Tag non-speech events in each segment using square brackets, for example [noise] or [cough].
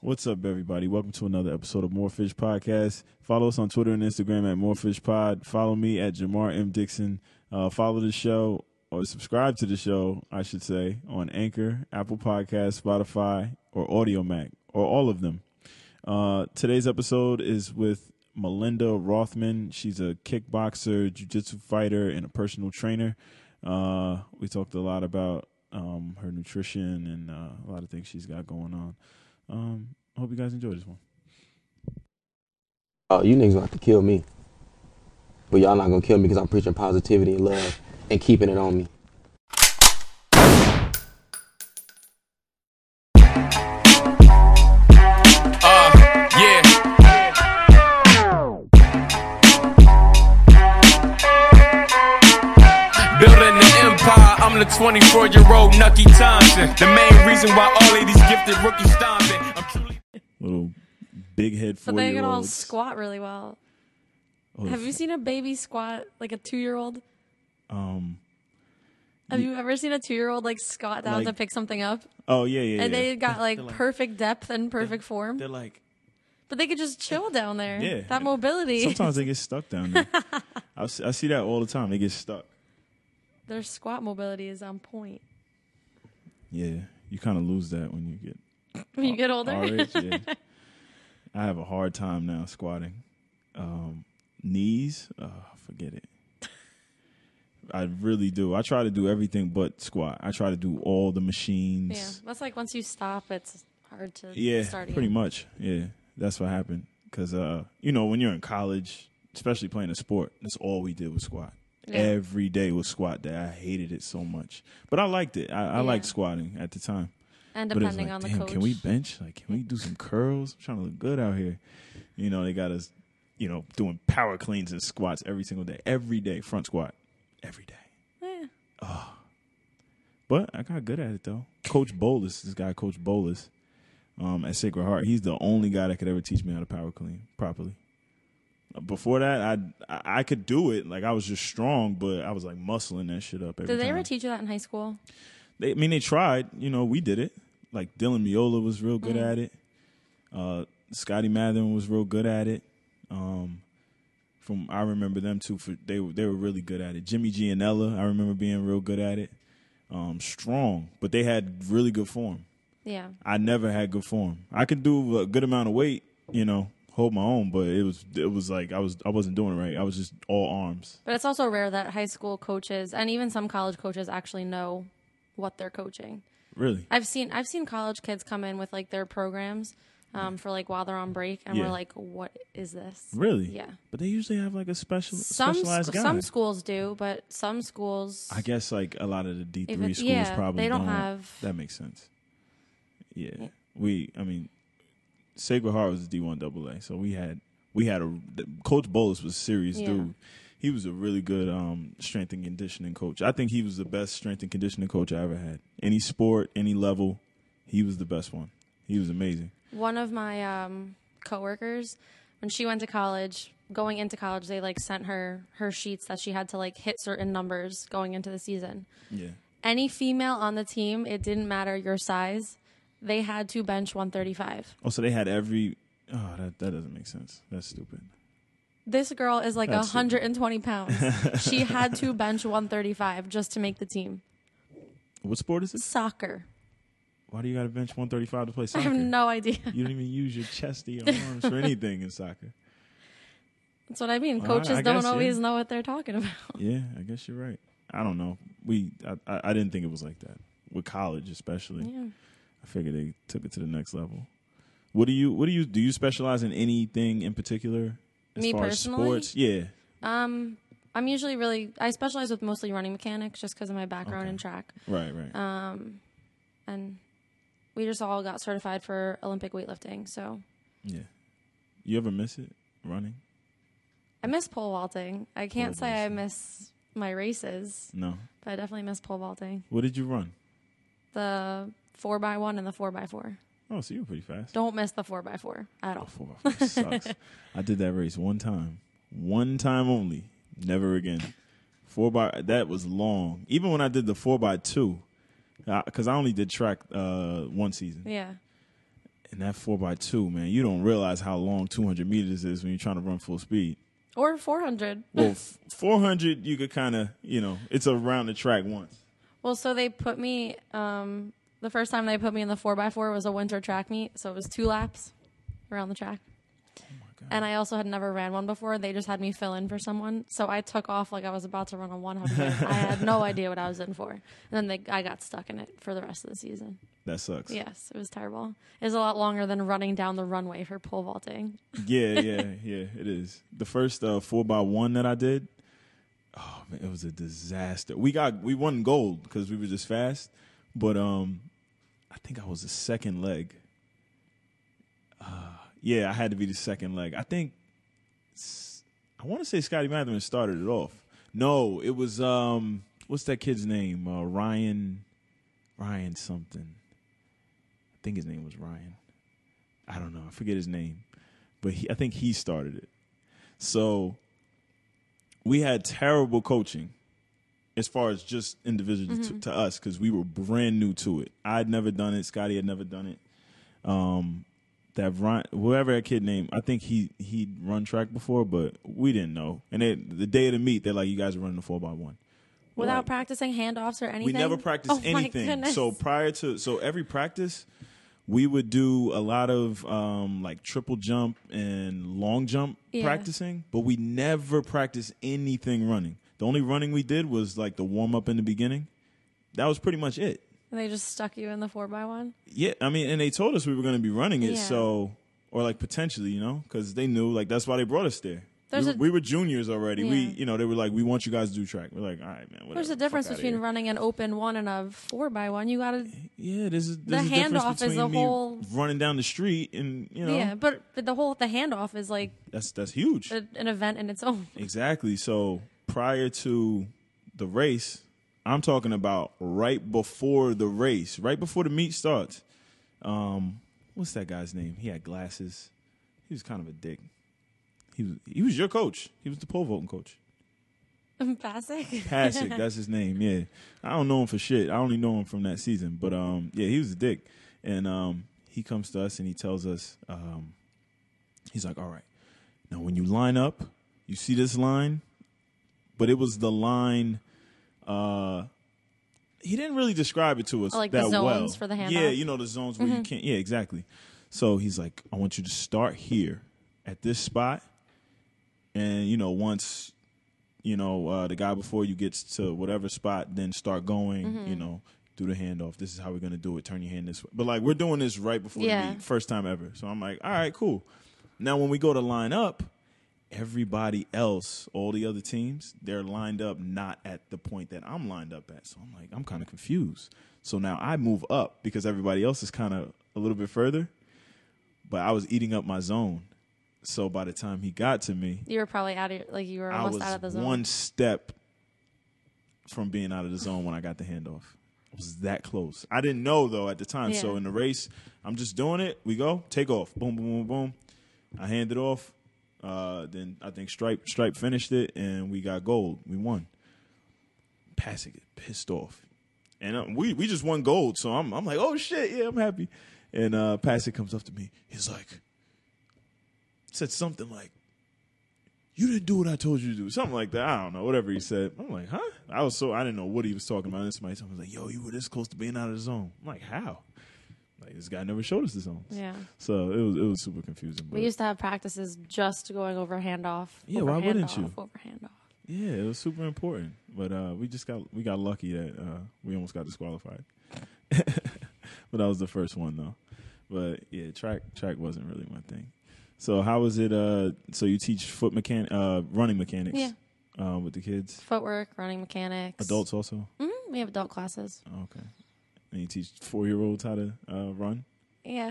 What's up, everybody? Welcome to another episode of More Fish Podcast. Follow us on Twitter and Instagram at More Fish Pod. Follow me at Jamar M. Dixon. Uh, follow the show or subscribe to the show, I should say, on Anchor, Apple Podcasts, Spotify, or Audio Mac, or all of them. Uh, today's episode is with Melinda Rothman. She's a kickboxer, jiu-jitsu fighter, and a personal trainer. Uh, we talked a lot about um, her nutrition and uh, a lot of things she's got going on. Um, I hope you guys enjoy this one. Oh, you niggas gonna have to kill me. But y'all not gonna kill me because I'm preaching positivity and love and keeping it on me. Uh, yeah. Building the empire, I'm the 24 year old Nucky Thompson. The main reason why all of these gifted rookies stomping. I'm truly. Little big head But they can all four-year-olds. squat really well. Have you seen a baby squat like a two year old? Um, Have you ever seen a two year old like squat down to Like- pick something up? oh yeah, yeah, And yeah. [laughs] they got like, like- perfect depth and perfect form. They're [laughs] like but they could just chill down there. Yeah. That mobility. sometimes they get stuck down [laughs] there. I, s- I see that all the time. They get stuck. Their squat mobility is on point. Yeah, you kind of lose that when you get When Oh, you get older. Our age, yeah. I have a hard time now squatting. Um, knees, uh, forget it. I really do. I try to do everything but squat. I try to do all the [laughs] yeah. machines. That's like once you stop it's hard to Yeah, start pretty again. much. Yeah, that's what happened. Because uh, you know, when you're in college, especially playing a sport, that's all we did was squat. Yeah. Every day was squat day. I hated it so much, but I liked it. I, I liked squatting at the time. And But it's depending like, on the damn, coach. can we bench? Like, can we do some curls? I'm trying to look good out here. You know, they got us, you know, doing power cleans and squats every single day, every day, front squat, every day. Yeah. But I got good at it though. Coach Bolus, this guy, Coach Bolus, um, at Sacred Heart, he's the only guy that could ever teach me how to power clean properly. Before that, I I- I could do it. Like I was just strong, but I was like muscling that shit up. Every Did they time. ever teach you that in high school? They, I mean, they tried. You know, we did it. Like Dylan Miola was real good Mm. at it. Uh, Scotty Mathen was real good at it. Um, from I remember them too. For they were- they were really good at it. Jimmy Gianella, I remember being real good at it. Um, strong, but they had really good form. Yeah. I never had good form. I could do a good amount of weight, you know, hold my own, but it was it was like I was I wasn't doing it right. I was just all arms. But it's also rare that high school coaches and even some college coaches actually know what they're coaching. Really, I've seen I've seen college kids come in with like their programs um, for like while they're on break, and Yeah. we're like, "What is this?" really. Yeah. But they usually have like a special Some specialized sc- guy. some schools do, but some schools I guess like a lot of the D If three it- schools yeah, probably they don't have- That makes sense. Yeah, we. I mean, Sacred Heart was D one double A, so we had we had a coach. Bolus was a serious Yeah. dude. He was a really good um, strength and conditioning coach. I think he was the best strength and conditioning coach I ever had. Any sport, any level, he was the best one. He was amazing. one of my um, coworkers when she went to college going into college they like sent her her sheets that she had to like hit certain numbers going into the season Yeah, any female on the team it didn't matter your size they had to bench 135 Oh, so they had every. Oh, that that doesn't make sense. That's stupid. This girl is like That's it. 120 [laughs] pounds. she had to bench 135 just to make the team. What sport is this? Soccer. Why do you got to bench one thirty five to play I soccer? have no idea. You don't even use your chest or your arms for anything in soccer. That's what I mean. I- Coaches I don't guess, yeah. always know what they're talking about. [laughs] Yeah, I guess you're right. I don't know. We I, I, I didn't think it was like that with college, especially. Yeah. I figured they took it to the next level. What do you What do you do? You specialize in anything in particular? As Me far personally? as sports, yeah. Um, I'm usually really I specialize with mostly running mechanics just because of my background Okay. in track. Right, right. Um, and we just all got certified for Olympic weightlifting. So yeah. You ever miss it running? I miss pole vaulting. I can't Pole say I vaulting. miss my races, No. but I definitely miss pole vaulting. What did you run? The four by one and the four by four. Oh, so you were pretty fast. Don't miss the four by four at all. [laughs] Four by four sucks. I did that race one time, one time only, never again. Four by that was long. Even when I did the four by two, because I only did track uh, one season, Yeah. and that four by two, man, you don't realize how long 200 meters is when you're trying to run full speed. or 400. Well, f- 400, you could kind of, you know, it's around the track once. Well, so they put me. Um, the first time they put me in the four x four was a winter track meet, so it was two laps around the track. Oh And I also had never ran one before. They just had me fill in for someone, so I took off like I was about to run a 100. [laughs] I had no idea what I was in for, and then they, I got stuck in it for the rest of the season. That sucks. Yes, it was terrible. It was a lot longer than running down the runway for pole vaulting. Yeah, yeah, yeah. It is the first uh, four by one that I did. Oh man, it was a disaster. We got we won gold because we were just fast, but um, I think I was the second leg. Uh, yeah, I had to be the second leg. I think s- I want to say Scotty Matherin started it off. No, it was um, what's that kid's name? Uh, Ryan, Ryan something. I think his name was Ryan. I don't know. I forget his name but he, I think he started it. So we had terrible coaching as far as just individually to, to us because we were brand new to it. I'd never done it. Scotty had never done it. Um, that Ryan, whoever that kid named, I think he he'd run track before, but we didn't know. And they, the day of the meet, they're like, "You guys are running the four by one." Without practicing handoffs or anything. We never practiced Oh, my anything. goodness. So prior to so every practice, we would do a lot of um, like triple jump and long jump Yeah. practicing, but we never practiced anything running. The only running we did was like the warm up in the beginning. That was pretty much it. And they just stuck you in the four by one. Yeah, I mean, and they told us we were going to be running it, Yeah. so or like potentially, you know, because they knew like that's why they brought us there. There's we, a- we were juniors already. We, Yeah. you know, they were like, "We want you guys to do track." We're like, "All right, man." Whatever. There's a Fuck difference outta between here." running an open one and a four by one. You gotta, Yeah, there's a, there's The a difference handoff is between a me whole- running down the street and you know yeah. But, but the whole the handoff is like that's that's huge. a, an event in its own. [laughs] exactly. So prior to the race, I'm talking about right before the race, right before the meet starts. Um, what's that guy's name? He had glasses. He was kind of a dick. He was he was your coach. He was the pole vaulting coach. [laughs] Basic. Hasek, that's his name. Yeah, I don't know him for shit. I only know him from that season. But um, yeah, he was a dick, and um, he comes to us and he tells us, um, he's like, "All right, now when you line up, you see this line, but it was the line." Uh, he didn't really describe it to us Oh, Like the that zones well. for the Mm-hmm. Yeah, handoff? you know the zones where you can't. Yeah, exactly. So he's like, "I want you to start here at this spot." and you know once you know uh, the guy before you gets to whatever spot then start going you know do the handoff this is how we're gonna do it turn your hand this way but like we're doing this right before Yeah. the meet first time ever so i'm like all right cool now when we go to line up everybody else all the other teams they're lined up not at the point that i'm lined up at so i'm like i'm kind of confused so now i move up because everybody else is kind of a little bit further but i was eating up my zone so by the time he got to me You were probably out of like you were I almost was out of the zone. one step from being out of the zone when I got the handoff. I was that close. I didn't know though at the time. So Yeah. in the race, I'm just doing it. We go, take off, boom, boom, boom, boom. I hand it off. Uh, then I think Stripe Stripe finished it, and we got gold. We won. Passing it, pissed off, and uh, we we just won gold. So I'm I'm like, oh shit, yeah, I'm happy. And uh, Passett comes up to me. He's like, said something like, you didn't do what I told you to do. Something like that. I don't know. Whatever he said. I'm like, huh? I was so I didn't know what he was talking about. And somebody told me, like, yo, you were this close to being out of the zone. I'm like, how? Like this guy never showed us the zones. Yeah. So it was it was super confusing. But We used to have practices just going over handoff. Yeah, over why wouldn't you? handoff, Over handoff. yeah, it was super important. But uh, we just got we got lucky that uh, we almost got disqualified. [laughs] but that was the first one though. But yeah, track track wasn't really my thing. So how was it? Uh, so you teach foot mechan uh, running mechanics Yeah. uh, with the kids, Footwork, running mechanics. adults Oh. also. Mm, we have adult classes. Okay. And you teach four year olds how to uh, run. Yeah.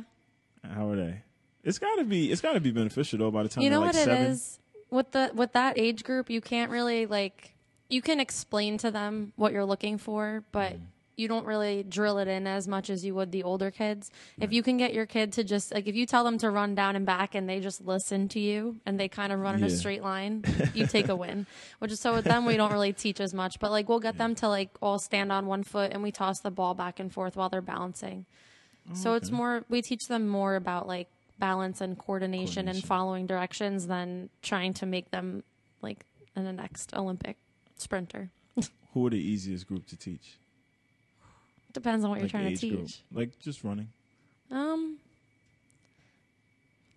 How are they? It's gotta be. It's gotta be beneficial though. By the time you they're know like what it seven. is with the with that age group you can't really like you can explain to them what you're looking for but Mm. you don't really drill it in as much as you would the older kids if you can get your kid to just like if you tell them to run down and back and they just listen to you and they kind of run in a Yeah. straight [laughs] line you take a win which is so with them we don't really teach as much but like we'll get them to like all stand on one foot and we toss the ball back and forth while they're balancing So it's more we teach them more about like balance and coordination, and Coordination. following directions than trying to make them like in the next Olympic sprinter. Who are the easiest group to teach? Depends on what you're Like, trying to age teach. group. Like just running. Um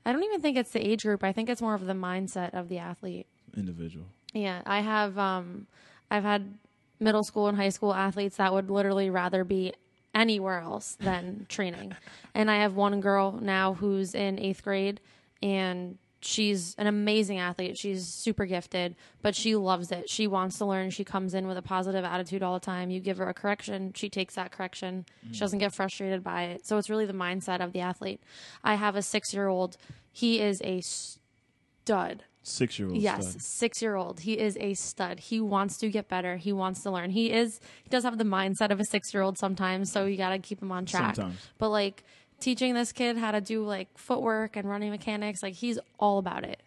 I don't even think it's the age group. I think it's more of the mindset of the athlete. Individual. Yeah, I have um I've had middle school and high school athletes that would literally rather be anywhere else than training. And I have one girl now who's in 8th grade and she's an amazing athlete. She's super gifted, but she loves it. She wants to learn. She comes in with a positive attitude all the time. You give her a correction, she takes that correction. She doesn't get frustrated by it. So it's really the mindset of the athlete. I have a 6-year-old. He is a stud. Six year old. Yes, six year old. He is a stud. He wants to get better. He wants to learn. He is he does have the mindset of a six year old sometimes, so you gotta keep him on track. Sometimes. But like teaching this kid how to do like footwork and running mechanics, like he's all about it.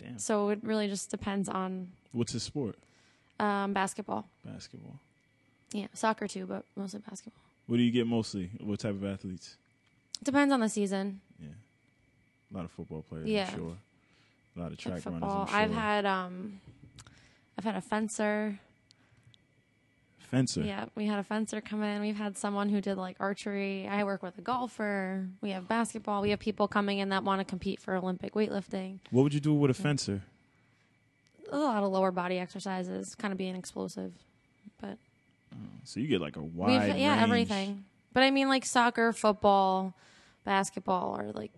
Damn. So it really just depends on What's his sport? um, basketball. Basketball. Yeah, soccer too, but mostly basketball. What do you get mostly? What type of athletes? Depends on the season. A lot of football players, Yeah. I'm sure. A lot of Like track runners, football. I'm sure. I've had um, I've had a fencer. Fencer. Yeah, we had a fencer come in. We've had someone who did like archery. I work with a golfer. We have basketball. We have people coming in that want to compete for Olympic weightlifting. What would you do with a fencer? A lot of lower body exercises, kind of being explosive. But So you get like a wide we've, yeah, range. everything. But I mean, like soccer, football, basketball are like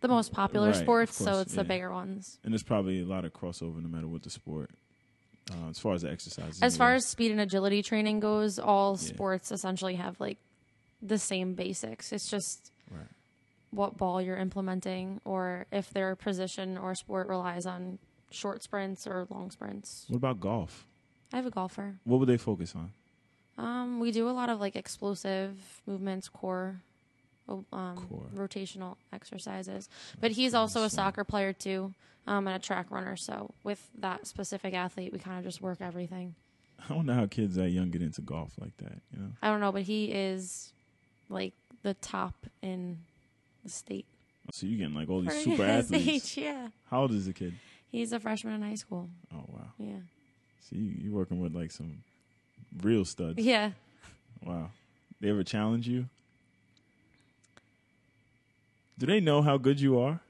the most popular Right, of sports. so course, it's yeah. the bigger ones. And there's probably a lot of crossover no matter what the sport. Uh, as far as the exercises. As far anyway. as speed and agility training goes, all sports essentially have like the same basics. It's just Right. what ball you're implementing or if their position or sport relies on short sprints or long sprints. What about golf? I have a golfer. What would they focus on? [laughs] Um, we do a lot of like explosive movements, core, o- um, Core. rotational exercises. But he's also a soccer player too, um, and a track runner. So with that specific athlete, we kind of just work everything. I don't know how kids that young get into golf like that, you know? I don't know, but he is like the top in the state. So you're getting like all [laughs] these for super his athletes. age, yeah. How old is the kid? He's a freshman in high school. Oh wow. Yeah. So you, you're working with like some real studs. Yeah. Wow. They ever challenge you? Do they know how good you are?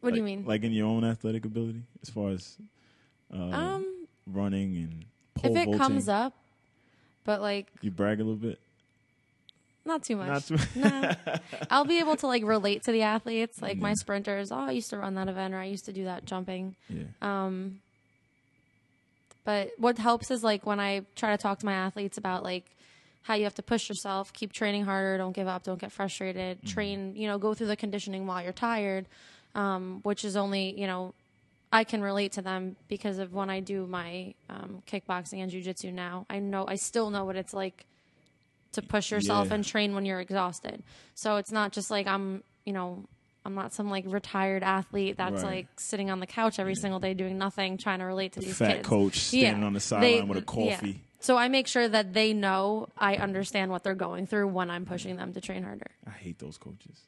What do you mean? Like in your own athletic ability, as far as uh, um, running and pole if it vaulting? comes up, but like you brag a little bit. not too much. Not too- [laughs] no, [laughs] I'll be able to like relate to the athletes, like my sprinters. Oh, I used to run that event, or I used to do that jumping. Yeah. Um, but what helps is like when I try to talk to my athletes about like how you have to push yourself, keep training harder, don't give up, don't get frustrated, Mm-hmm. train, you know, go through the conditioning while you're tired, um, which is only, you know, I can relate to them because of when I do my um, kickboxing and jujitsu now. I know, I still know what it's like to push yourself Yeah. and train when you're exhausted. So it's not just like I'm, you know, I'm not some like retired athlete that's Right. like sitting on the couch every single day doing nothing, trying to relate to these fat kids. coach standing on the sideline They- with a yeah. coffee. So I make sure that they know I understand what they're going through when I'm pushing them to train harder. I hate those coaches.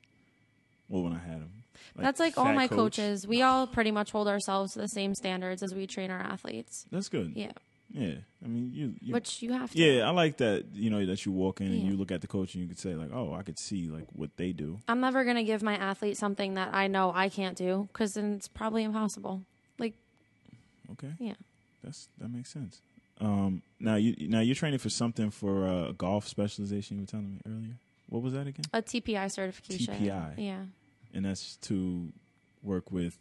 Well, when I had them, That's like all fat my coach. coaches. We all pretty much hold ourselves to the same standards as we train our athletes. That's good. Yeah. Yeah. I mean, you. you Which you have to. yeah, I like that. You know, that you walk in and Yeah. you look at the coach and you could say like, "Oh, I could see like what they do." I'm never going to give my athlete something that I know I can't do because then it's probably impossible. Like, Okay. yeah. That's that makes sense. Um, now you now you're training for something for uh, a golf specialization you were telling me earlier. What was that again? A TPI certification. TPI. Yeah. And that's to work with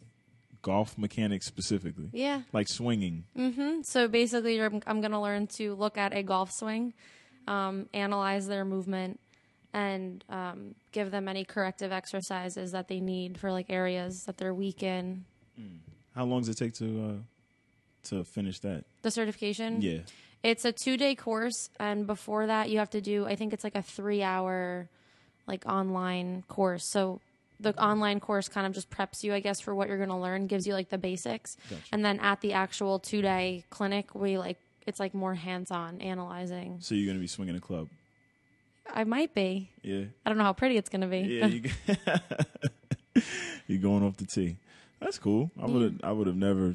golf mechanics specifically, Yeah. like swinging. So basically, you're, I'm going to learn to look at a golf swing, um, analyze their movement, and um, give them any corrective exercises that they need for like areas that they're weak in. How long does it take to uh, to finish that? The certification. Yeah, It's a two day course, and before that, you have to do. I think it's like a three hour, like online course. So the online course kind of just preps you, I guess, for what you're going to learn, gives you like the basics, and then at the actual two day clinic, we like it's like more hands on analyzing. so you're gonna be swinging a club. I might be. Yeah. I don't know how pretty it's gonna be. Yeah, but- you, [laughs] you're going off the tee. That's cool. I would have I would have never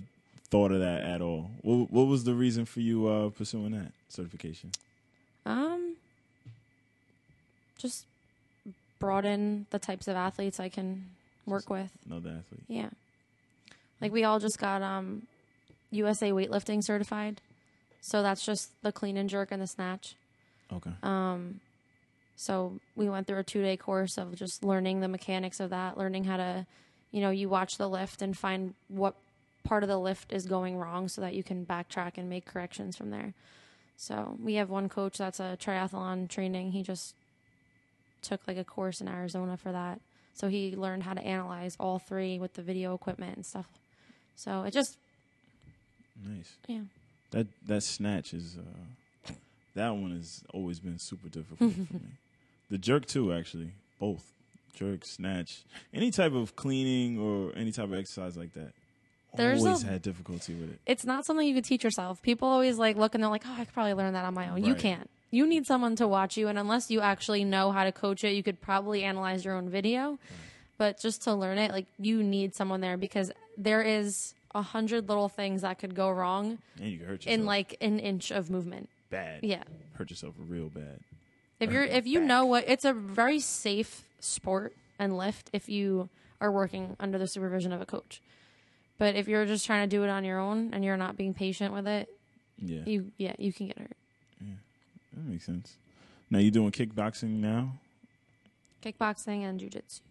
thought of that at all. What What was the reason for you uh, pursuing that certification? [laughs] Um, just broaden the types of athletes I can work with. Another athlete. Yeah, like we all just got um USA weightlifting certified, so that's just the clean and jerk and the snatch. Okay. So we went through a two day course of just learning the mechanics of that, learning how to, you know, you watch the lift and find what part of the lift is going wrong so that you can backtrack and make corrections from there. So we have one coach that's a triathlon training. He just took like a course in Arizona for that. So he learned how to analyze all three with the video equipment and stuff. So it just, nice. yeah. That that snatch is uh, that one has always been super difficult [laughs] for me. The jerk too, actually. Both jerk, snatch, any type of cleaning or any type of exercise like that. There's a- always had difficulty with it. it's not something you could teach yourself. People always like look and they're like, oh, I could probably learn that on my own. You Right. can't. You need someone to watch you, and unless you actually know how to coach it, you could probably analyze your own video. But just to learn it, like you need someone there because there is a hundred little things that could go wrong And you can hurt yourself in like an inch of movement. bad. Yeah. Hurt yourself real bad. If you're if you know what it's a very safe sport and lift if you are working under the supervision of a coach. But if you're just trying to do it on your own and you're not being patient with it, Yeah. you yeah, you can get hurt. That makes sense. Now you're doing kickboxing now, kickboxing and jujitsu.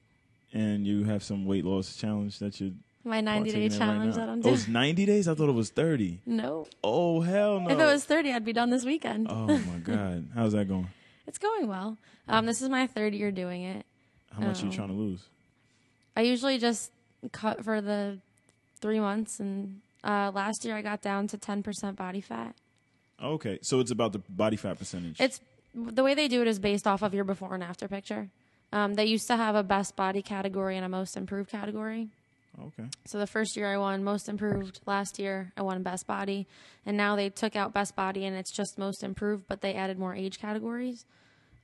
and you have some weight loss challenge that you're My 90 day partaking in right challenge now. that I'm Oh, doing. [laughs] it's 90 days. I thought it was 30. no. Oh hell no! If it was 30, I'd be done this weekend. oh my god, how's that going? [laughs] It's going well. Um, this is my third year doing it. How much are you Oh. trying to lose? I usually just cut for the three months, and uh, last year I got down to 10% body fat. Okay, so it's about the body fat percentage. It's the way they do it is based off of your before and after picture. Um, they used to have a best body category and a most improved category. okay. So the first year I won most improved. Last year I won best body, and now they took out best body and it's just most improved, but they added more age categories.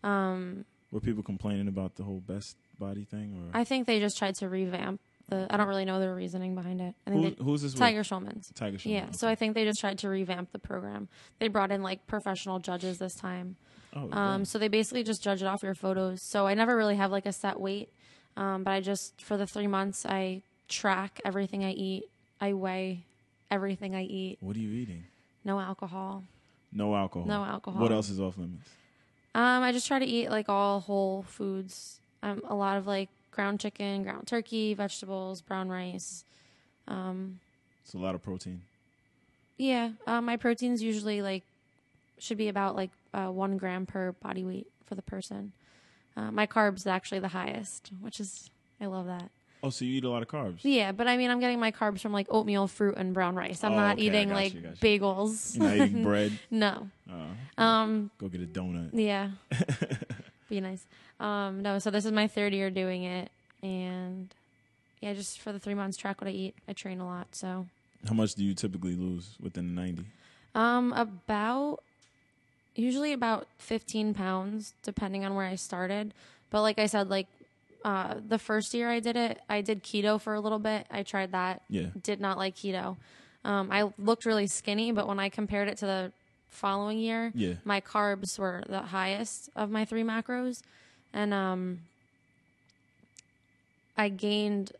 Were people complaining about the whole best body thing, or I think they just tried to revamp the. I don't really know their reasoning behind it. I think Who- they- who's this with? Tiger Schulman's. Tiger Schulman, Yeah. So I think they just tried to revamp the program. They brought in like professional judges this time. oh, Um, damn. so they basically just judge it off your photos. So I never really have like a set weight, um, but I just for the three months I track everything I eat. I weigh everything I eat. what are you eating? No alcohol. No alcohol. No alcohol. What else is off limits? Um, I just try to eat like all whole foods. Um, a lot of like ground chicken, ground turkey, vegetables, brown rice. It's a lot of protein. Yeah, um, my protein's usually like should be about like uh, one gram per body weight for the person. Uh, my carbs is actually the highest, which is I love that. Oh, so you eat a lot of carbs. Yeah, but I mean, I'm getting my carbs from like oatmeal, fruit, and brown rice. I'm Oh, not okay, I eating got like you, got bagels. You're not [laughs] eating bread. no. Uh, Um, go get a donut. Yeah. Be nice. Um, no, so this is my third year doing it. And yeah, just for the three months, track what I eat. I train a lot. So How much do you typically lose within the 90? um, about, usually about 15 pounds, depending on where I started. But like I said, like uh, the first year I did it, I did keto for a little bit. I tried that. Yeah. Did not like keto. Um, I looked really skinny, but when I compared it to the following year, Yeah. my carbs were the highest of my three macros, and um, I gained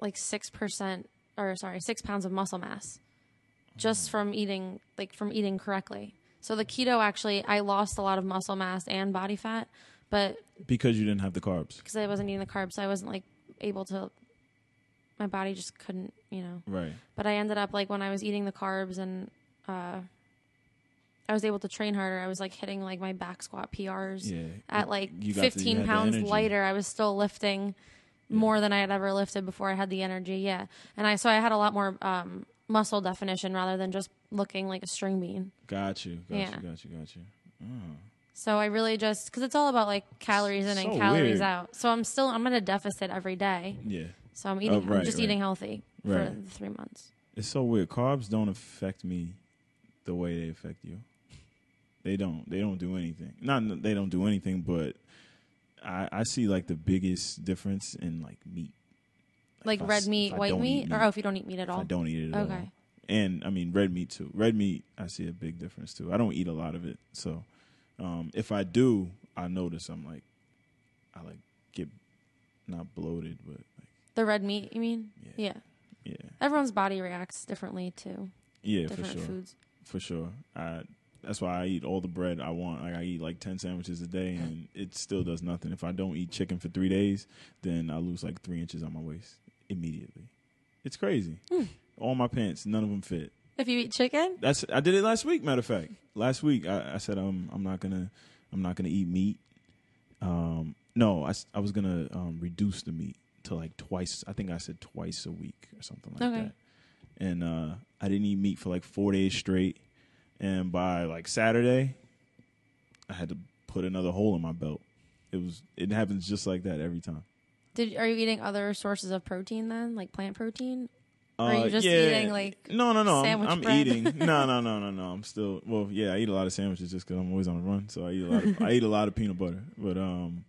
like six percent, or sorry, six pounds of muscle mass, just from eating like from eating correctly. So the keto actually, I lost a lot of muscle mass and body fat, but Because you didn't have the carbs. because I wasn't eating the carbs, I wasn't like able to. My body just couldn't, you know. Right. But I ended up like when I was eating the carbs and uh, I was able to train harder. I was like hitting like my back squat PRs Yeah. at like You got the- you 15 had the pounds energy. lighter. I was still lifting more than I had ever lifted before. I had the energy, yeah. And I so I had a lot more um, muscle definition rather than just looking like a string bean. Got you. Got Yeah. you. Got you. Got you. So I really just because it's all about like calories in So and calories weird. out. So I'm still I'm at a deficit every day. Yeah. So I'm eating. Oh, right, I'm just right. eating healthy for Right. the three months. It's so weird. Carbs don't affect me the way they affect you. They don't. They don't do anything. Not they don't do anything, but I I see like the biggest difference in like meat. Like if I s- red if meat, I white don't meat, eat or meat. oh, if you don't eat meat at If all. I don't eat it at all. Okay. And I mean red meat too. Red meat, I see a big difference too. I don't eat a lot of it, so um, if I do, I notice I'm like, I like get not bloated, but like The red meat, you mean? Yeah. yeah, Everyone's body reacts differently to yeah, for different sure, foods. for sure. I that's why I eat all the bread I want. Like I eat like ten sandwiches a day, and it still does nothing. If I don't eat chicken for three days, then I lose like three inches on my waist immediately. It's crazy. All my pants, none of them fit. If you eat chicken, That's I did it last week. Matter of fact, last week I, I said um, I'm I'm not gonna I'm not gonna eat meat. Um, no, I, s- I was gonna um, reduce the meat to like twice. I think I said twice a week or something like Okay. that. And uh, I didn't eat meat for like four days straight. And by like Saturday, I had to put another hole in my belt. It was it happens just like that every time. did are you eating other sources of protein then, like plant protein? Or Uh, are you just eating like no no no sandwich I'm, I'm bread? [laughs] eating no no no no no I'm still well yeah I eat a lot of sandwiches just because I'm always on the run so I eat a lot of, I eat a lot of peanut butter but um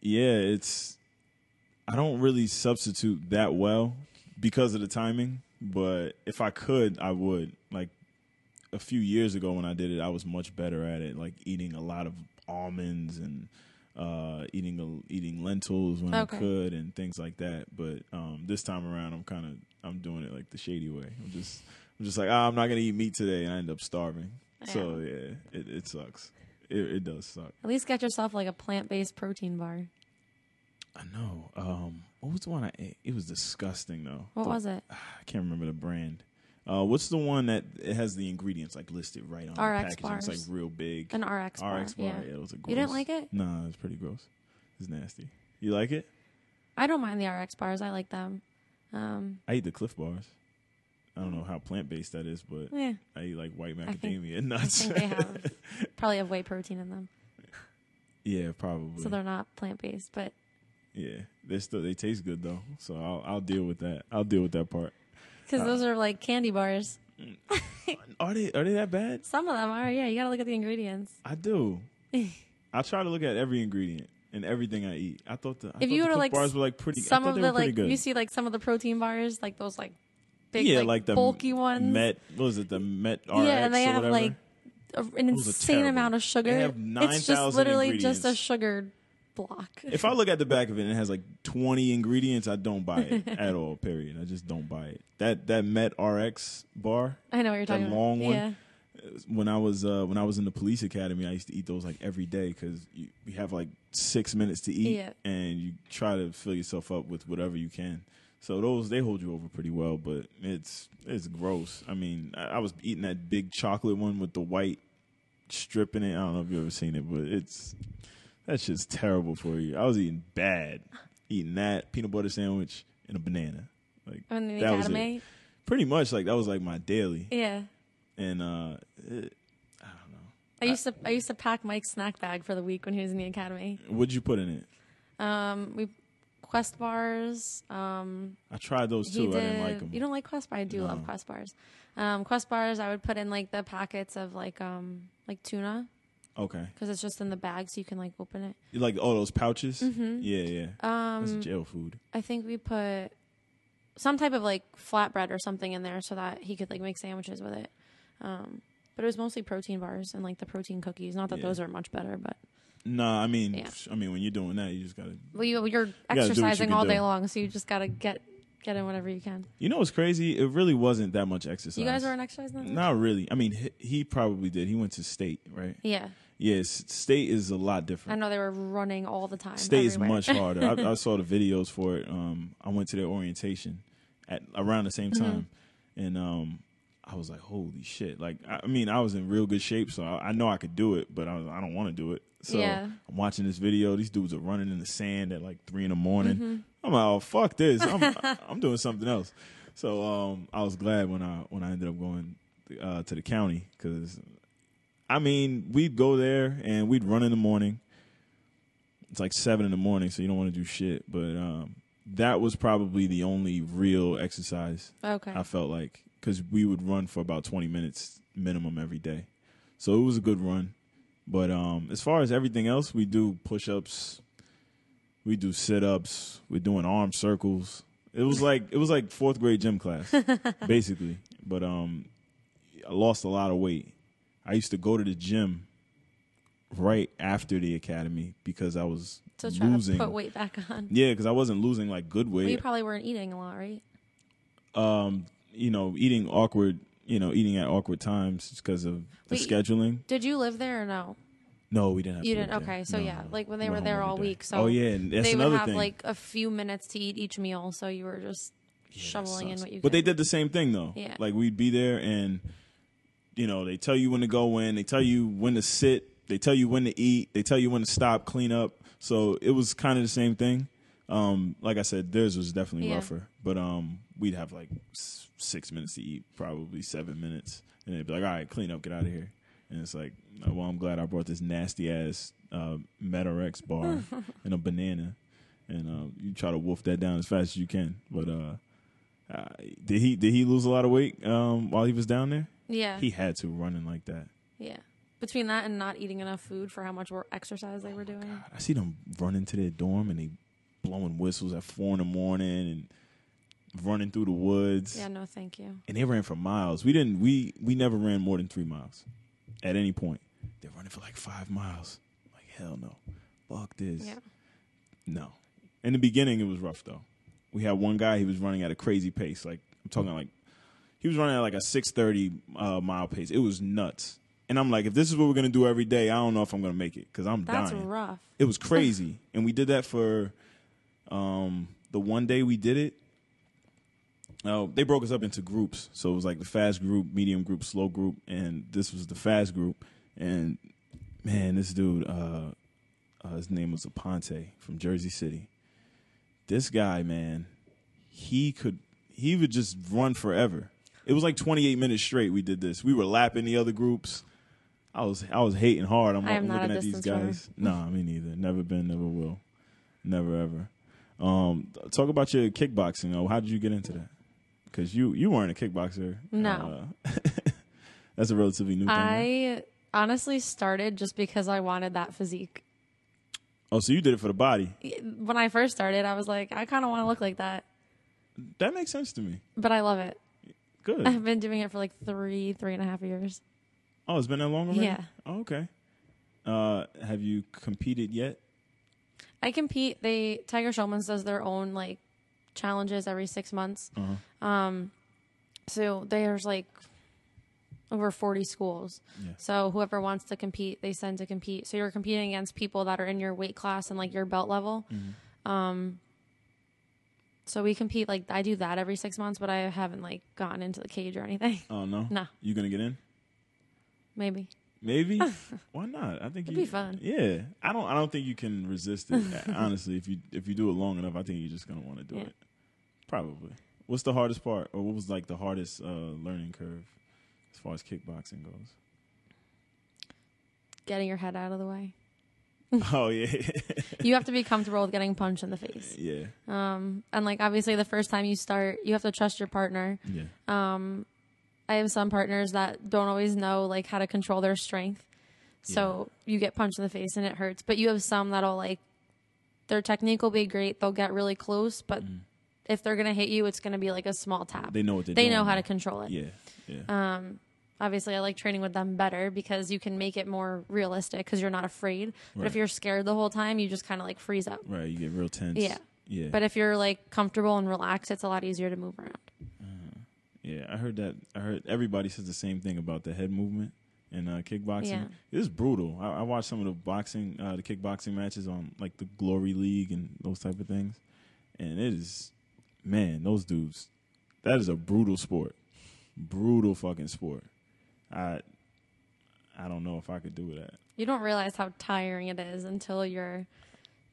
yeah it's I don't really substitute that well because of the timing but if I could I would like a few years ago when I did it I was much better at it like eating a lot of almonds and uh eating eating lentils when Okay. I could and things like that but um this time around I'm kind of I'm doing it like the shady way I'm just I'm just like ah, I'm not gonna eat meat today and I end up starving so yeah it, it sucks it, it does suck at least get yourself like a plant based protein bar. I know um what was the one I ate it was disgusting though What The- was it? [sighs] I can't remember the brand uh what's the one that it has the ingredients like listed right on RX the packaging it's bars. like real big An RX bar. RX bar. Yeah. yeah. it was a gross. You didn't like it? Nah, it's pretty gross. It's nasty. You like it? I don't mind the RX bars. I like them. Um, I eat the Cliff Bars. I don't know how plant based that is, but yeah, I eat like white I think- macadamia I nuts. think they have probably have whey protein in them, [laughs] yeah, probably. so they're not plant based. But yeah, they still they taste good though, so I'll I'll deal with that. I'll deal with that part. Uh, because those are like candy bars, Are they are they that bad? some of them are. Yeah, you gotta look at the ingredients. I [laughs] do. I try to look at every ingredient and everything I eat. I thought the I thought you the were to, Clif like, bars were like pretty. I some thought of they the were pretty like good. you see like some of the protein bars, like those like big yeah, like, the bulky ones. Met what was it the Met RX [laughs] yeah, and they or have whatever? like a, an Those are insane terrible. amount of sugar. They have it's just 9,000 literally just a ingredients. sugar block. [laughs] if I look at the back of it and it has like 20 ingredients, I don't buy [laughs] it at all, period. I just don't buy it. That that Met RX bar, I know what you're that talking about. long one, Yeah, when I was uh, when I was in the police academy, I used to eat those like every day cuz you, you have like 6 minutes to eat Yeah. and you try to fill yourself up with whatever you can. So those they hold you over pretty well, but it's it's gross. I mean, I, I was eating that big chocolate one with the white strip in it. I don't know if you've ever seen it, but it's that shit's terrible for you. I was eating bad, eating that peanut butter sandwich and a banana. Like in the that was academy. it. Pretty much like that was like my daily. Yeah. And uh it, I used Uh, to I used to pack Mike's snack bag for the week when he was in the academy. what'd you put in it? Um, we Quest bars. Um, I tried those he too. I did. didn't like them. You don't like Quest bars? I do love Quest bars. Um, Quest bars. I would put in like the packets of like um like tuna okay. because it's just in the bag, so you can like open it. You like all those pouches? Mm-hmm. Yeah, yeah. Um, That's jail food. I think we put some type of like flatbread or something in there so that he could like make sandwiches with it. Um, but it was mostly protein bars and like the protein cookies. Not that Yeah. those are much better, but Nah, I mean, Yeah. I mean, when you're doing that, you just gotta. well, you, you're do what you exercising can all do. day long, so you just gotta get get in whatever you can. You know what's crazy? It really wasn't that much exercise. You guys were an exercise that much? Not really. I mean, he, he probably did. He went to state, right? Yeah, Yes, state is a lot different. I know they were running all the time. State is everywhere. much harder. I, I saw the videos for it. Um, I went to their orientation at around the Mm-hmm. same time, and um, I was like, "Holy shit!" Like, I, I mean, I was in real good shape, so I, I know I could do it, but I, was, I don't want to do it. So Yeah. I'm watching this video. These dudes are running in the sand at like three in the morning. I'm like, "Oh fuck this! I'm I'm doing something else." So um, I was glad when I when I ended up going uh, to the county because I mean, we'd go there and we'd run in the morning. It's like seven in the morning, so you don't want to do shit. But um, that was probably the only real exercise [laughs] Okay. I felt like because we would run for about twenty minutes minimum every day. So it was a good run. But um, as far as everything else, we do push ups, we do sit ups, we're doing arm circles. It was like it was like fourth grade gym [laughs] class, basically. But um, I lost a lot of weight. I used to go to the gym right after the academy because I was to try losing. to put weight back on. Yeah, because I wasn't losing like good weight. Well, you probably weren't eating a lot, right? you know, eating awkward, you know, eating at awkward times because of the Wait. scheduling. Did you live there or no? No, we didn't. Have You to didn't. live there. Okay, so No, yeah, no, no. like when they Went were home there every all day. week, so oh yeah, and that's they would another have thing. like a few minutes to eat each meal, so you were just shoveling in Sucks. what you. But they could. did the same thing though. Yeah. Like we'd be there and you know, they tell you when to go in, they tell you when to sit, they tell you when to eat, they tell you when to stop, clean up. So it was kind of the same thing. Um, like I said, theirs was definitely Yeah. rougher. But um we'd have like s- six minutes to eat, probably seven minutes. And they'd be like, All right, clean up, get out of here. And it's like, oh, well, I'm glad I brought this nasty ass uh, Metarex [laughs] bar and a banana, and uh, you try to wolf that down as fast as you can. But uh, uh, did he did he lose a lot of weight um, while he was down there? Yeah. He had to running like that. yeah. Between that and not eating enough food for how much wor- exercise Oh they were doing, I see them running to their dorm and they blowing whistles at four in the morning and running through the woods. yeah, no, thank you. And they ran for miles. We didn't we we never ran more than three miles at any point. They're running for like five miles. Like hell no. Fuck this. Yeah, No. In the beginning, it was rough though. We had one guy. He was running at a crazy pace. Like I'm talking like he was running at like a 6:30 uh, mile pace. It was nuts. And I'm like, if this is what we're gonna do every day, I don't know if I'm gonna make it because I'm that's dying. rough. It was crazy, and we did that for um, the one day we did it. Oh, they broke us up into groups, so it was like the fast group, medium group, slow group, and this was the fast group. And man, this dude, uh, uh, his name was Aponte from Jersey City. This guy, man, he could he would just run forever. It was like 28 minutes straight. We did this. We were lapping the other groups. I was I was hating hard. I'm, I am I'm not looking a at these distance runner. guys. Nah, me neither. Never been, never will, never ever. Um, talk about your kickboxing though. How did you get into that? Because you you weren't a kickboxer. No. Uh, [laughs] that's a relatively new thing. right? I honestly started just because I wanted that physique. Oh, so you did it for the body. When I first started, I was like, I kind of want to look like that, That makes sense to me. but I love it. Good. I've been doing it for like three, three and a half years. Oh, it's been that long already. Yeah. Oh, okay. Uh, have you competed yet? I compete. They Tiger Showman's does their own like challenges every six months. Um, so there's like over 40 schools. Yeah. So whoever wants to compete, they send to compete. So you're competing against people that are in your weight class and like your belt level. Um, so we compete like I do that every six months, but I haven't like gotten into the cage or anything. Oh no. No. You gonna get in? Maybe [laughs] Maybe. Why not? I think it'd be fun. Yeah, I don't. I don't think you can resist [laughs] it. honestly, if you if you do it long enough, I think you're just gonna want to do Yeah. it. Probably. What's the hardest part, or what was like the hardest uh, learning curve as far as kickboxing [laughs] goes? getting your head out of the way. oh yeah, [laughs] You have to be comfortable with getting punched in the face. [laughs] yeah, Um, And like obviously the first time you start, you have to trust your partner. yeah. I have some partners that don't always know like how to control their strength. So you get punched in the face and it hurts. But you have some that'll like their technique will be great. They'll get really close, but if they're gonna hit you, it's gonna be like a small tap. Mm-hmm. They know what they're They doing, know how though. to Um, control it. yeah, yeah. Obviously, I like training with them better because you can make it more realistic because you're not afraid. But Right. if you're scared the whole time, you just kind of like freeze up. right, you get real tense. Yeah. yeah. But if you're like comfortable and relaxed, it's a lot easier to move around. Yeah, I heard that. I heard everybody says the same thing about the head movement and uh, kickboxing. Yeah. It's brutal. I, I watched some of the boxing, uh, the kickboxing matches on like the Glory League and those type of things, and it is, man, those dudes. That is a brutal sport, brutal fucking sport. I, I don't know if I could do that. You don't realize how tiring it is until you're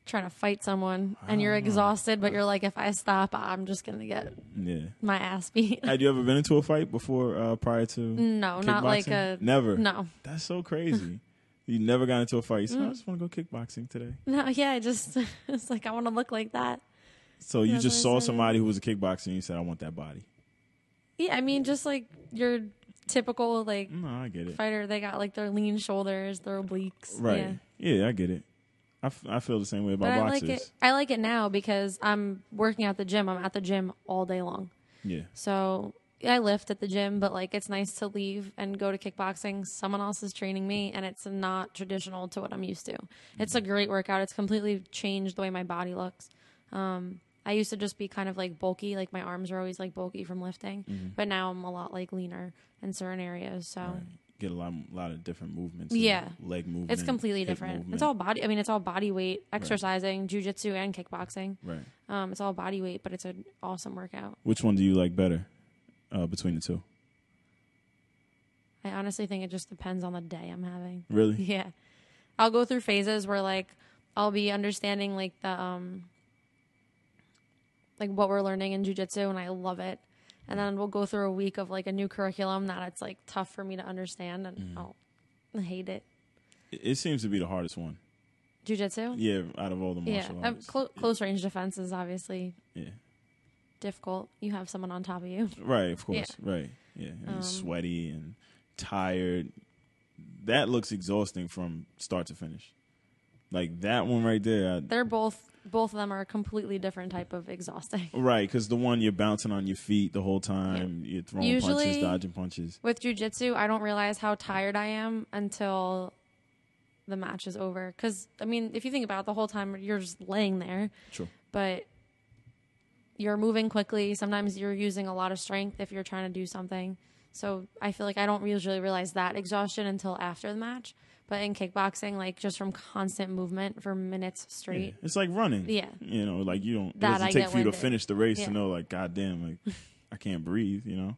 trying to fight someone and you're exhausted, but you're like, if I stop, I'm just going to get Yeah. my ass beat. Had you ever been into a fight before uh, prior to? [laughs] no, not like kickboxing? a. never. No. [laughs] That's so crazy. you never got into a fight. You said, I just want to go kickboxing today. No, yeah, I just, [laughs] it's like, I want to look like that. So you That's just what I saw said. somebody who was a kickboxer and you said, I want that body. Yeah, I mean, just like your typical like No, I get it. fighter. They got like their lean shoulders, their obliques. Yeah. Right. Yeah, I get it. I, f- I feel the same way But about I boxers. like it. I like it now because I'm working at the gym. I'm at the gym all day long. Yeah. So I lift at the gym, but like it's nice to leave and go to kickboxing. Someone else is training me, and it's not traditional to what I'm used to. It's Mm. a great workout. It's completely changed the way my body looks. Um, I used to just be kind of like bulky, like my arms were always like bulky from lifting, but now I'm a lot like leaner in certain areas. So Mm-hmm. Right. Get a lot, lot of different movements. Yeah. Leg movement. it's completely hip different. movement. It's all body. I mean, it's all body weight, exercising, jujitsu, and kickboxing. Right. Um, it's all body weight, but it's an awesome workout. Which one do you like better uh, between the two? I honestly think it just depends on the day I'm having. Really? Yeah. I'll go through phases where like I'll be understanding like the um like what we're learning in jujitsu and I love it. And then we'll go through a week of like a new curriculum that it's like tough for me to understand and Mm. I'll hate it. It, it seems to be the hardest one. Jujitsu? Yeah, out of all the Yeah. martial Um, arts. clo- close range defense is obviously yeah. difficult. You have someone on top of you. Right, of course. Right. Yeah. And you're Um, sweaty and tired. That looks exhausting from start to finish. Like that one right there. I, They're both both of them are a completely different type [laughs] of exhausting. right, because the one you're bouncing on your feet the whole time, you're throwing punches, Usually- dodging punches. with jujitsu, I don't realize how tired I am until the match is over. Because I mean, if you think about it, the whole time, you're just laying there, True. but you're moving quickly. Sometimes you're using a lot of strength if you're trying to do something. So I feel like I don't usually realize that exhaustion until after the match. But in kickboxing, like just from constant movement for minutes straight, It's like running. Yeah. You know, like you don't. it That doesn't I take get for you to winded. finish the race Yeah. to know, like, goddamn, like [laughs] I can't breathe. You know.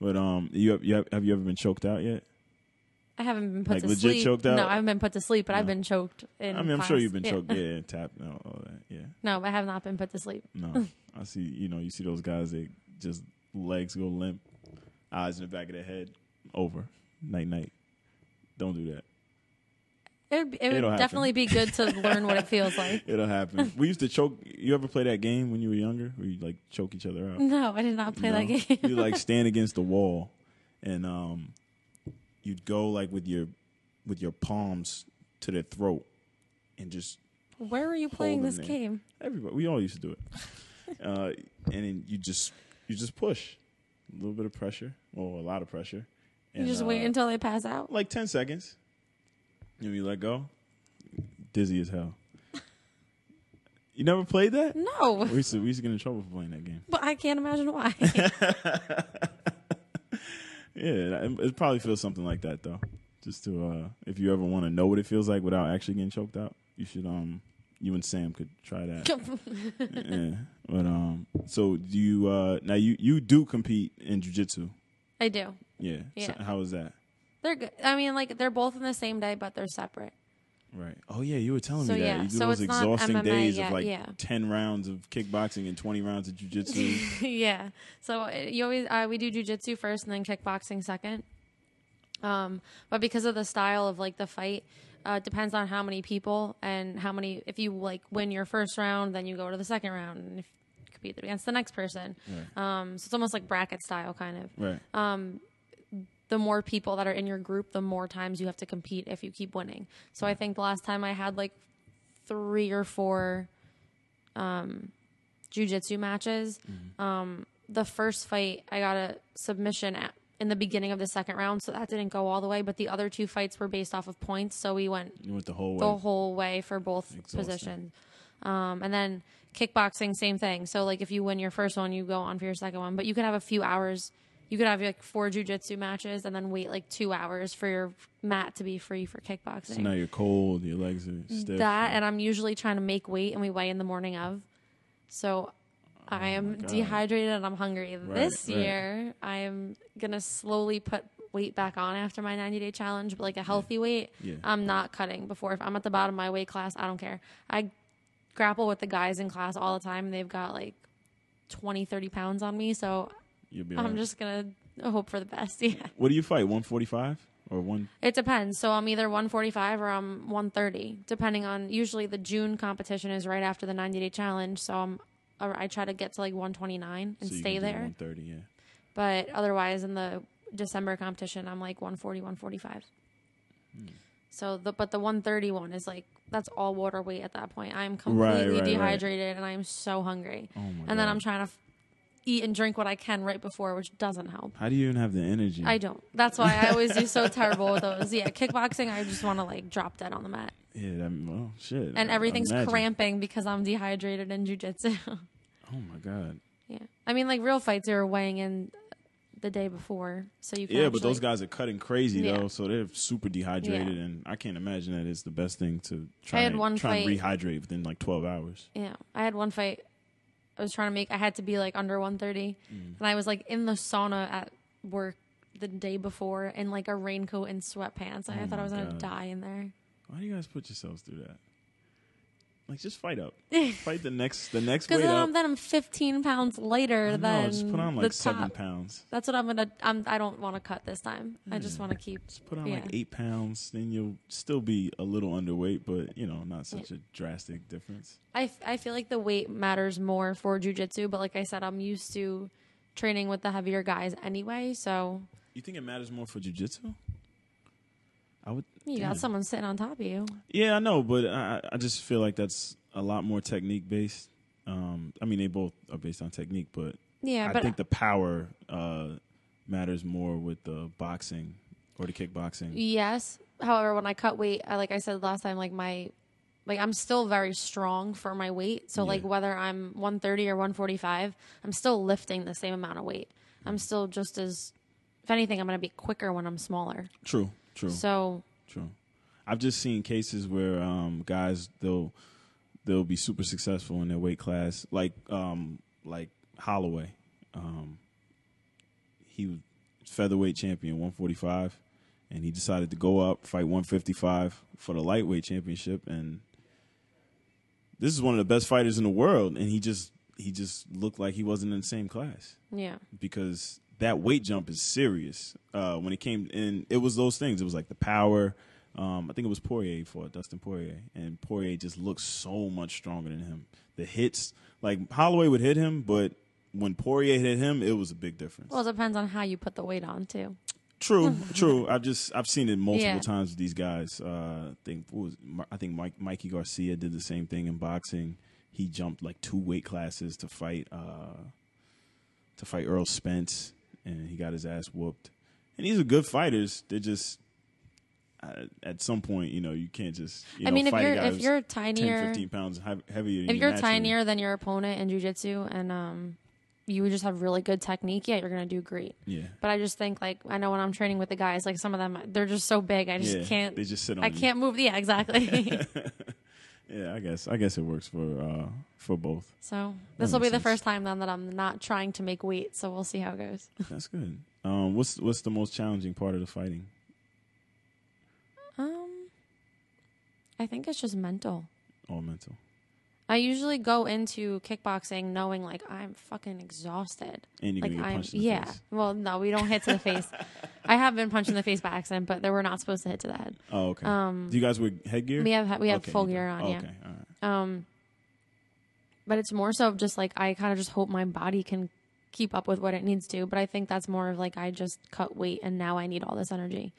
But um, you have, you have, have you ever been choked out yet? I haven't been put Like, to legit sleep. choked out? No, I haven't been put to sleep, but I've been choked. In I mean, I'm class. sure you've been Yeah. choked. Yeah, yeah tapped, no, all that. Yeah. [laughs] No, I have not been put to sleep. No, [laughs] I see. You know, you see those guys that just legs go limp, eyes in the back of their head, over, night night. Don't do that. It'd, be- it It'll would happen. definitely be [laughs] good to learn what it feels like. It'll [laughs] happen. we used to choke. You ever play that game when you were younger, where you like choke each other out? No, I did not Mm, play No? that game. [laughs] you like [laughs] stand against the wall, and um, you'd go like with your with your palms to their throat, and just [laughs] Where were you playing holding this it. game? Everybody, we all used to do [laughs] it. uh, and then you just you just push a little bit of pressure, or a lot of pressure. You and, just uh, wait until they pass out. like ten seconds. And you let go. Dizzy as [laughs] hell. you never played that? No, [laughs] We used to we used to get in trouble for playing that game. but I can't [laughs] imagine why. [laughs] Yeah, it, it probably feels something like that though. Just to uh, if you ever want to know what it feels like without actually getting choked out, you should um you and Sam could try that. yeah. But um so do you uh now you you do compete in jujitsu. I do. Yeah. So Yeah. how is that? They're good. I mean, like they're both on the same day, but they're separate. Right. Oh yeah, you were telling So, me that. yeah, You do so those it's not exhausting MMA days of yet, like yeah. ten rounds of kickboxing and twenty rounds of [laughs] jujitsu. yeah. So uh, you always uh, we do jujitsu first and then kickboxing second. Um, but because of the style of like the fight, uh, it depends on how many people and how many. If you like win your first round, then you go to the second round, and if you compete against the next person. Um, so it's almost like bracket style, kind of. right. the more people that are in your group, the more times you have to compete if you keep winning. So I think the last time I had like three or four um, jujitsu matches. Um, the first fight, I got a submission at, in the beginning of the second round, so that didn't go all the way. But the other two fights were based off of points, so we went you went the whole way. the whole way for both Exhausting. positions. Um, and then kickboxing, same thing. So like if you win your first one, you go on for your second one. But you could have a few hours. You could have like four jujitsu matches and then wait like two hours for your mat to be free for kickboxing. so now you're cold, your legs are stiff. that and I'm usually trying to make weight and we weigh in the morning of. So I am Oh God. dehydrated and I'm hungry. this right. year I am gonna slowly put weight back on after my 90 day challenge, but like a healthy weight. Yeah. I'm not cutting before. If I'm at the bottom of my weight class, I don't care. I grapple with the guys in class all the time. They've got like 20, 30 pounds on me. So you'll be I'm alright. just gonna hope for the best. [laughs] Yeah. What do you fight? One forty five or one It depends. So I'm either 145 or I'm 130, depending on. Usually the June competition is right after the 90 day challenge, so I'm or I try to get to like 129 and so you stay can do there. One thirty, yeah. But otherwise, in the December competition, I'm like 140, 145. Hmm. So the but the 131 is like that's all water weight at that point. I'm completely right, right. dehydrated and I'm so hungry. Oh my and God. then I'm trying to f- eat and drink what I can right before, which doesn't help. How do you even have the energy? I don't. That's why I always [laughs] do so terrible with those. Yeah, kickboxing, I just want to like drop dead on the mat. Yeah, that, well, shit. And I- I everything's imagine. cramping because I'm dehydrated in jujitsu. Oh my god. [laughs] yeah. I mean, like real fights, they were weighing in the day before. So you can Yeah, but those actually- guys are cutting crazy Yeah. though, so they're super dehydrated, Yeah. and I can't imagine that it's the best thing to try had and one try and fight- rehydrate within like twelve hours. Yeah, I had one fight. I was trying to make. I had to be like under 130, Mm. and I was like in the sauna at work the day before in like a raincoat and sweatpants. and I thought I was gonna Oh God. die in there. Why do you guys put yourselves through that? Like, just fight [laughs] up. fight the next the next Because weight then, up. I'm- um, then I'm 15 pounds lighter uh, I know, than just put on the like top. seven pounds. That's what I'm gonna. I'm. I don't want to cut this time. I just Mm. want to keep. Just put on yeah. like eight pounds, then you'll still be a little underweight, but you know, not such a drastic difference. I, f- I feel like the weight matters more for jujitsu, but like I said, I'm used to training with the heavier guys anyway. So You think it matters more for jujitsu? I would. you Damn. got someone sitting on top of you. Yeah, I know, but I, I I just feel like that's a lot more technique based. Um, I mean, they both are based on technique, but Yeah, I but think the power uh, matters more with the boxing or the kickboxing. Yes. However, when I cut weight, I, like I said last time, like my, like I'm still very strong for my weight. So like Yeah. whether I'm 130 or 145, I'm still lifting the same amount of weight. I'm still just as, if anything, I'm gonna be quicker when I'm smaller. True, true, So true. I've just seen cases where um, guys they'll they'll be super successful in their weight class, like um, like Holloway. Um, he was featherweight champion, 145, and he decided to go up fight 155 for the lightweight championship. And this is one of the best fighters in the world, and he just he just looked like he wasn't in the same class yeah, because that weight jump is serious. Uh, when it came in, it was those things. It was like the power. Um, I think it was Poirier for Dustin Poirier, and Poirier just looked so much stronger than him. The hits, like Holloway would hit him, but when Poirier hit him, it was a big difference. well, it depends on how you put the weight on too. True, true. I've just I've seen it multiple Mm-hmm. Yeah. times with these guys. Uh, I think what was I think Mike Mikey Garcia did the same thing in boxing. He jumped like two weight classes to fight uh, to fight Earl Spence, and he got his ass whooped. And these are good fighters. They're just uh, at some point, you know, you can't just. You I know, mean, if fight a you're guy if who's you're 10, tinier, 15 pounds hea- heavier. Than if you you're naturally. tinier than your opponent in jujitsu, and um, you would just have really good technique, yeah, you're gonna do great. yeah, But I just think like I know when I'm training with the guys, like some of them they're just so big, I just yeah, can't. They just sit on. I you. [laughs] can't move. Yeah, exactly. [laughs] Yeah, I guess I guess it works for uh, for both. so this That will be makes the sense. first time then that I'm not trying to make weight. So we'll see how it goes. That's good. Um, what's what's the most challenging part of the fighting? Um, I think it's just mental. All mental. I usually go into kickboxing knowing like I'm fucking exhausted. And you're like gonna get I'm punched in the yeah. face. Well, no, we don't hit to the face. [laughs] I have been punched in the face by accident, but they were not supposed to hit to the head. Oh, okay. Um, Do you guys wear headgear? We have we have Okay, full you do. gear on. Okay, yeah. all right. Um, but it's more so of just like I kind of just hope my body can keep up with what it needs to. But I think that's more of like I just cut weight and now I need all this energy.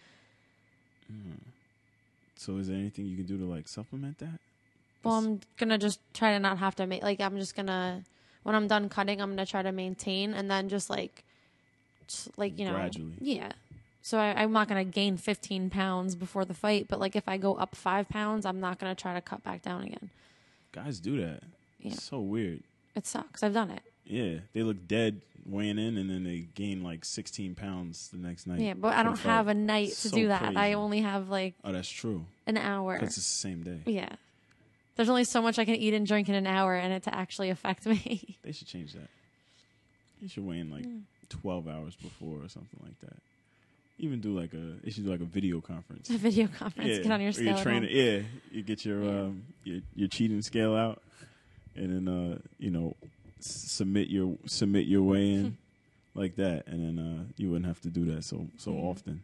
So, is there anything you can do to like supplement that? Well, This- I'm gonna just try to not have to make like I'm just gonna when I'm done cutting, I'm gonna try to maintain and then just like, just, like you know, Gradually. yeah. So I, I'm not gonna gain 15 pounds before the fight, but like if I go up five pounds, I'm not gonna try to cut back down again. Guys do that. Yeah. It's so weird. It sucks. I've done it. Yeah, they look dead weighing in, and then they gain like 16 pounds the next night. Yeah, but I for the don't fight. have a night to So do that. I crazy. only have like Oh, that's true. an hour. Because it's the same day. Yeah. There's only so much I can eat and drink in an hour and it to actually affect [laughs] me. They should change that. They should weigh in like 12 hours before or something like that. Even do like a. They should do like a video conference. a video conference, get on your or scale. at trainer- home. Yeah, you get your Yeah. um your, your cheating scale out, and then uh you know s- submit your submit your weigh [laughs] in like that, and then uh you wouldn't have to do that so so Mm-hmm. often.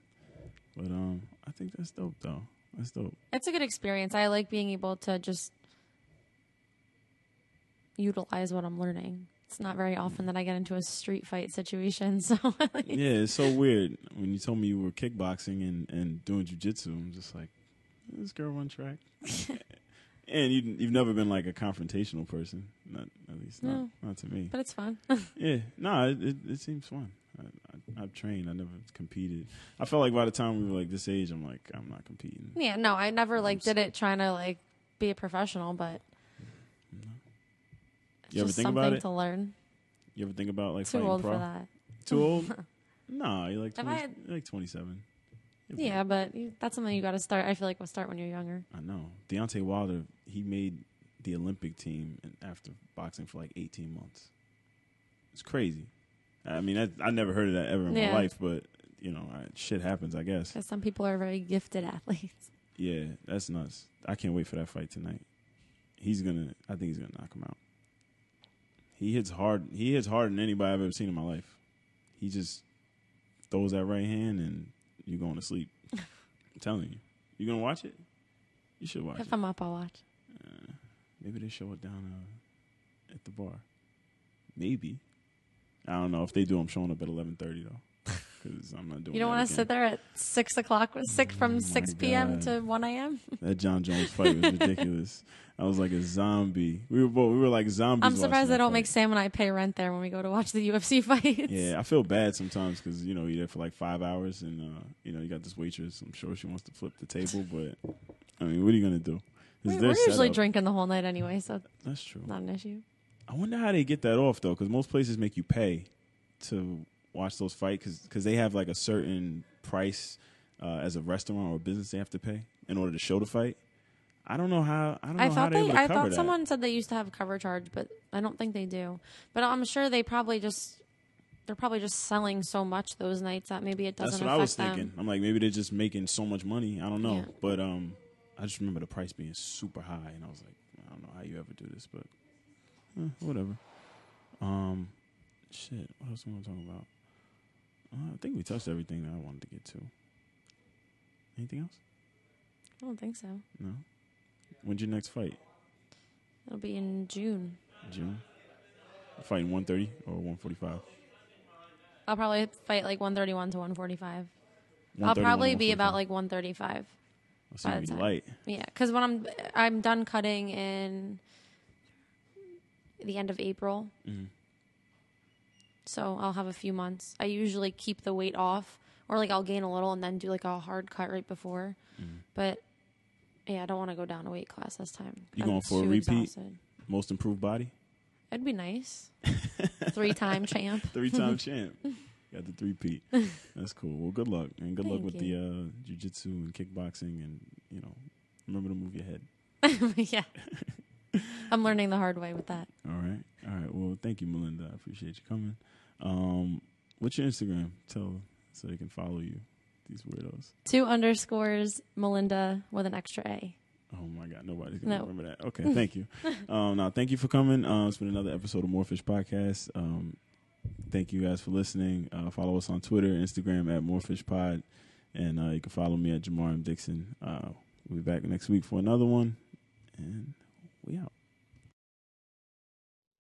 But um, I think that's dope though. That's dope. [laughs] It's a good experience. I like being able to just utilize what I'm learning. It's not very often that I get into a street fight situation. [laughs] So like, Yeah, it's so weird. When you told me you were kickboxing and, and doing jujitsu, I'm just like, this girl run [laughs] track. and you, you've never been like a confrontational person, not at least not, No. not to me. but it's fun. Yeah, no, it, it, it seems fun. I, I, I've trained. I never competed. I felt like by the time we were like this age, I'm like, I'm not competing. yeah, no, I never like did it trying to like be a professional, but it's You ever just think something about it? to learn. You ever think about like Too fighting old pro? for that. Too [laughs] old? no, you're like If 20, I had- you're like 27. You're Yeah, but you, that's something you got to start. I feel like we'll start when you're younger. I know. Deontay Wilder, he made the Olympic team and after boxing for like 18 months. It's crazy. I mean, that, I never heard of that ever in Yeah. my life, but, you know, I, shit happens, I guess. Because some people are very gifted athletes. Yeah, that's nuts. I can't wait for that fight tonight. He's gonna. I think he's gonna knock him out. He hits hard. He hits harder than anybody I've ever seen in my life. He just throws that right hand, and you're going to sleep. I'm telling you. You gonna watch it? You should watch If it. I'm up, I'll watch. Maybe they show it down uh, at the bar. Maybe. I don't know if they do. I'm showing up at 11:30 though, because I'm not doing. You don't want want to sit there at six o'clock, with six from six p.m. Oh God. to one a.m. That John Jones fight was ridiculous. I was like a zombie. We were both, we were like zombies. I'm watching surprised that they don't make fight. Sam and I pay rent there when we go to watch the [laughs] UFC fights. Yeah, I feel bad sometimes because you know you're there for like five hours and uh, you know you got this waitress. I'm sure she wants to flip the table, but I mean, what are you gonna do? It's we, their are usually setup. drinking the whole night anyway, so That's true. not an issue. I wonder how they get that off though, because most places make you pay to watch those fight because they have like a certain price uh, as a restaurant or a business they have to pay in order to show the fight. I don't know how. I don't know I how thought they. they, able to I cover thought that. someone said they used to have a cover charge, but I don't think they do. But I'm sure they probably just they're probably just selling so much those nights that maybe it doesn't. That's what affect I was them. thinking. I'm like, maybe they're just making so much money. I don't know, Yeah. but um, I just remember the price being super high, and I was like, I don't know how you ever do this, but eh, whatever. Um, shit. What else am I talking about? Uh, I think we touched everything that I wanted to get to. Anything else? I don't think so. No. When's your next fight? It'll be in June. June. You're Fighting 130 or 145? I'll probably fight like 131 to 145. I'll probably be about like 135. I'll by see the you time. light. Yeah, because when I'm I'm done cutting in the end of April, Mm-hmm. so I'll have a few months. I usually keep the weight off, or like I'll gain a little and then do like a hard cut right before. But yeah, I don't want to go down a weight class this time. You I'm going for a too repeat? exhausted. Most improved body? It'd be nice. [laughs] Three time champ. [laughs] three time champ. Got the three peat. That's cool. Well, good luck and good luck Thank with you. the uh, jujitsu and kickboxing and you know remember to move your head. [laughs] yeah, I'm learning the hard way with that. All right, all right. Well, thank you, Melinda. I appreciate you coming. Um, what's your Instagram? Tell so they can follow you. These weirdos. Two underscores Melinda with an extra A. Oh my God, nobody's gonna No. remember that. Okay, thank you. um, now, thank you for coming. Uh, it's been another episode of Morefish Podcast. Um, thank you guys for listening. Uh, follow us on Twitter, Instagram at Morefish Pod, and uh, you can follow me at Jamar M Dixon. Uh, we'll be back next week for another one, and we out.